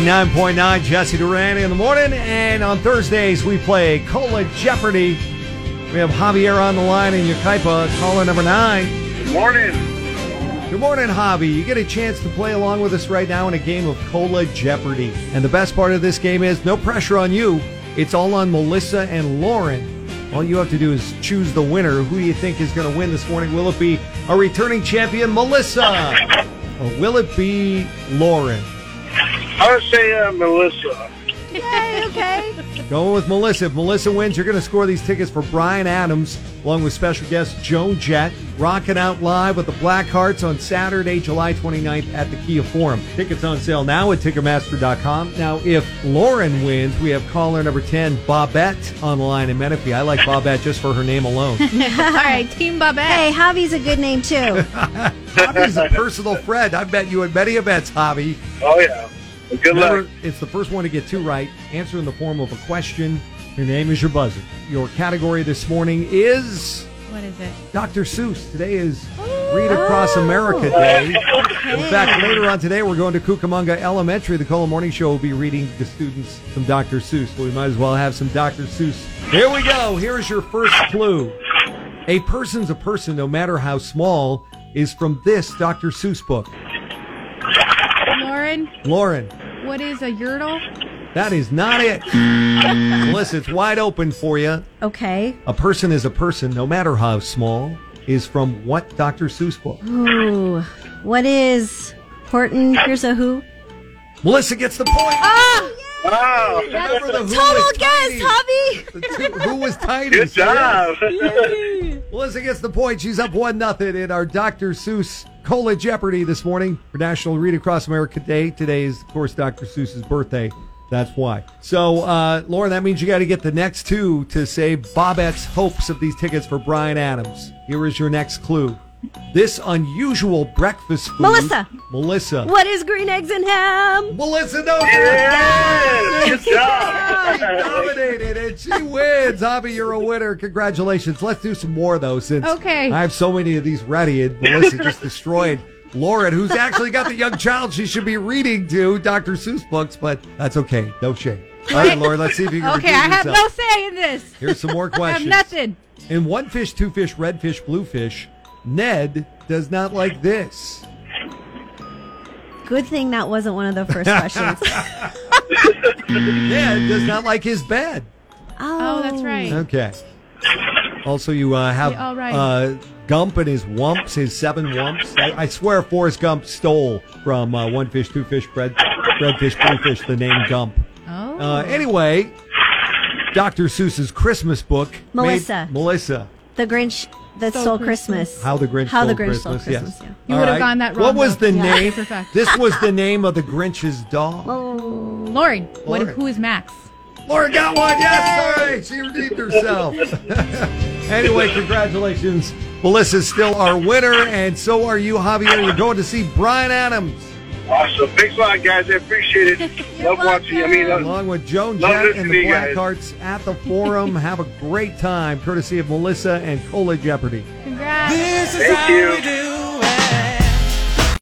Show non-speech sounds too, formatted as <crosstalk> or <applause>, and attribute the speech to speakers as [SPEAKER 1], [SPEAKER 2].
[SPEAKER 1] 99.9 Jesse Duran in the morning. And on Thursdays, we play Cola Jeopardy. We have Javier on the line in Yucaipa, caller number nine.
[SPEAKER 2] Morning.
[SPEAKER 1] Good morning, Javi. You get a chance to play along with us right now in a game of Cola Jeopardy. And the best part of this game is no pressure on you. It's all on Melissa and Lauren. All you have to do is choose the winner. Who do you think is going to win this morning? Will it be our returning champion, Melissa? Or will it be Lauren?
[SPEAKER 2] I would say uh, Melissa.
[SPEAKER 3] <laughs>
[SPEAKER 1] Going with Melissa. If Melissa wins, you're going to score these tickets for Brian Adams, along with special guest Joan Jett, rocking out live with the Black Hearts on Saturday, July 29th at the Kia Forum. Tickets on sale now at Ticketmaster.com. Now, if Lauren wins, we have caller number 10, Bobette, on the line in Menifee. I like Bobette just for her name alone.
[SPEAKER 4] All right, Team Babette.
[SPEAKER 3] Hey, Javi's a good name too.
[SPEAKER 1] Hobby's a personal friend. I bet you at many events, Hobby.
[SPEAKER 2] Oh yeah. Well, Good luck.
[SPEAKER 1] Remember, it's the first one to get two right. Answer in the form of a question. Your name is your buzzer. Your category this morning is
[SPEAKER 4] What is it?
[SPEAKER 1] Dr. Seuss. Today is Read Across America Day. In fact, later on today, we're going to Cucamonga Elementary. The Cola Morning Show will be reading the students some Dr. Seuss. So we might as well have some Dr. Seuss. Here we go. Here is your first clue. A person's a person, no matter how small, is from this Dr. Seuss book.
[SPEAKER 4] Lauren,
[SPEAKER 1] Lauren,
[SPEAKER 4] what is a yurtle?
[SPEAKER 1] That is not it. Melissa, it's wide open for you.
[SPEAKER 3] Okay.
[SPEAKER 1] A person is a person, no matter how small, is from what Dr. Seuss book?
[SPEAKER 3] Ooh, what is Horton? Here's a who.
[SPEAKER 1] Melissa gets the point.
[SPEAKER 4] Ah!
[SPEAKER 2] Wow.
[SPEAKER 1] Remember the who
[SPEAKER 3] Total
[SPEAKER 1] was
[SPEAKER 3] guess,
[SPEAKER 1] tiny.
[SPEAKER 3] Hobby.
[SPEAKER 1] The two- who was tiny?
[SPEAKER 2] Good
[SPEAKER 1] so yeah.
[SPEAKER 2] job.
[SPEAKER 1] Melissa gets the point. She's up one nothing in our Dr. Seuss Cola Jeopardy this morning for National Read Across America Day. Today is, of course, Dr. Seuss's birthday. That's why. So, uh, Lauren, that means you got to get the next two to save Bobette's hopes of these tickets for Brian Adams. Here is your next clue. This unusual breakfast food.
[SPEAKER 3] Melissa.
[SPEAKER 1] Melissa.
[SPEAKER 3] What is green eggs and ham?
[SPEAKER 1] Melissa, no.
[SPEAKER 2] yes. Good job.
[SPEAKER 1] She dominated and she wins. Javi, you're a winner. Congratulations. Let's do some more though, since
[SPEAKER 4] Okay.
[SPEAKER 1] I have so many of these ready and Melissa just destroyed Lauren, who's actually got the young child she should be reading to Dr. Seuss books, but that's okay. No shame. All right, Lauren, let's see if you can
[SPEAKER 4] Okay,
[SPEAKER 1] redeem
[SPEAKER 4] I have
[SPEAKER 1] yourself.
[SPEAKER 4] no say in this.
[SPEAKER 1] Here's some more
[SPEAKER 4] <laughs> I have
[SPEAKER 1] questions.
[SPEAKER 4] nothing.
[SPEAKER 1] In one fish, two fish, red fish, blue fish, Ned does not like this.
[SPEAKER 3] Good thing that wasn't one of the
[SPEAKER 1] <laughs>
[SPEAKER 3] first questions.
[SPEAKER 1] Ned does not like his bed.
[SPEAKER 4] Oh, that's right.
[SPEAKER 1] Okay. Also, you uh, have
[SPEAKER 4] Yeah, all right.
[SPEAKER 1] uh, Gump and his wumps, his seven wumps. I, I swear, Forrest Gump stole from uh, One Fish, Two Fish, Bread, Bread Fish, Blue Fish the name Gump.
[SPEAKER 4] Oh.
[SPEAKER 1] Uh, anyway, Dr. Seuss's Christmas book. made-
[SPEAKER 3] Melissa.
[SPEAKER 1] Melissa.
[SPEAKER 3] The Grinch that
[SPEAKER 4] Stole
[SPEAKER 3] stole,
[SPEAKER 4] Christmas.
[SPEAKER 3] Christmas.
[SPEAKER 1] How the Grinch
[SPEAKER 3] How
[SPEAKER 1] stole
[SPEAKER 3] the Grinch
[SPEAKER 1] Christmas.
[SPEAKER 3] stole Christmas.
[SPEAKER 1] yes.
[SPEAKER 3] Yeah.
[SPEAKER 4] You
[SPEAKER 1] All
[SPEAKER 4] would've gone that
[SPEAKER 1] What
[SPEAKER 4] wrong,
[SPEAKER 1] was
[SPEAKER 4] though.
[SPEAKER 1] the
[SPEAKER 4] Yeah.
[SPEAKER 1] name?
[SPEAKER 4] For fact.
[SPEAKER 1] this was
[SPEAKER 4] <laughs>
[SPEAKER 1] the name of the Grinch's doll.
[SPEAKER 3] Oh,
[SPEAKER 4] Lauren, what?
[SPEAKER 1] Lauren.
[SPEAKER 4] Who is Max?
[SPEAKER 1] Laura got one. Yes, sorry. She redeemed herself. <laughs> anyway, congratulations. Melissa's still our winner, and so are you, Javier. You're going to see Brian Adams
[SPEAKER 2] Awesome. Thanks a lot, guys. I appreciate <laughs> it. Love watching. you. I mean, uh,
[SPEAKER 1] along with Joan
[SPEAKER 2] Love
[SPEAKER 1] Jett
[SPEAKER 2] listening
[SPEAKER 1] and
[SPEAKER 2] to
[SPEAKER 1] the
[SPEAKER 2] you
[SPEAKER 1] Black
[SPEAKER 2] guys.
[SPEAKER 1] Hearts at the forum. Have a great time, courtesy of Melissa and Cola Jeopardy.
[SPEAKER 4] Congrats.
[SPEAKER 2] thank you.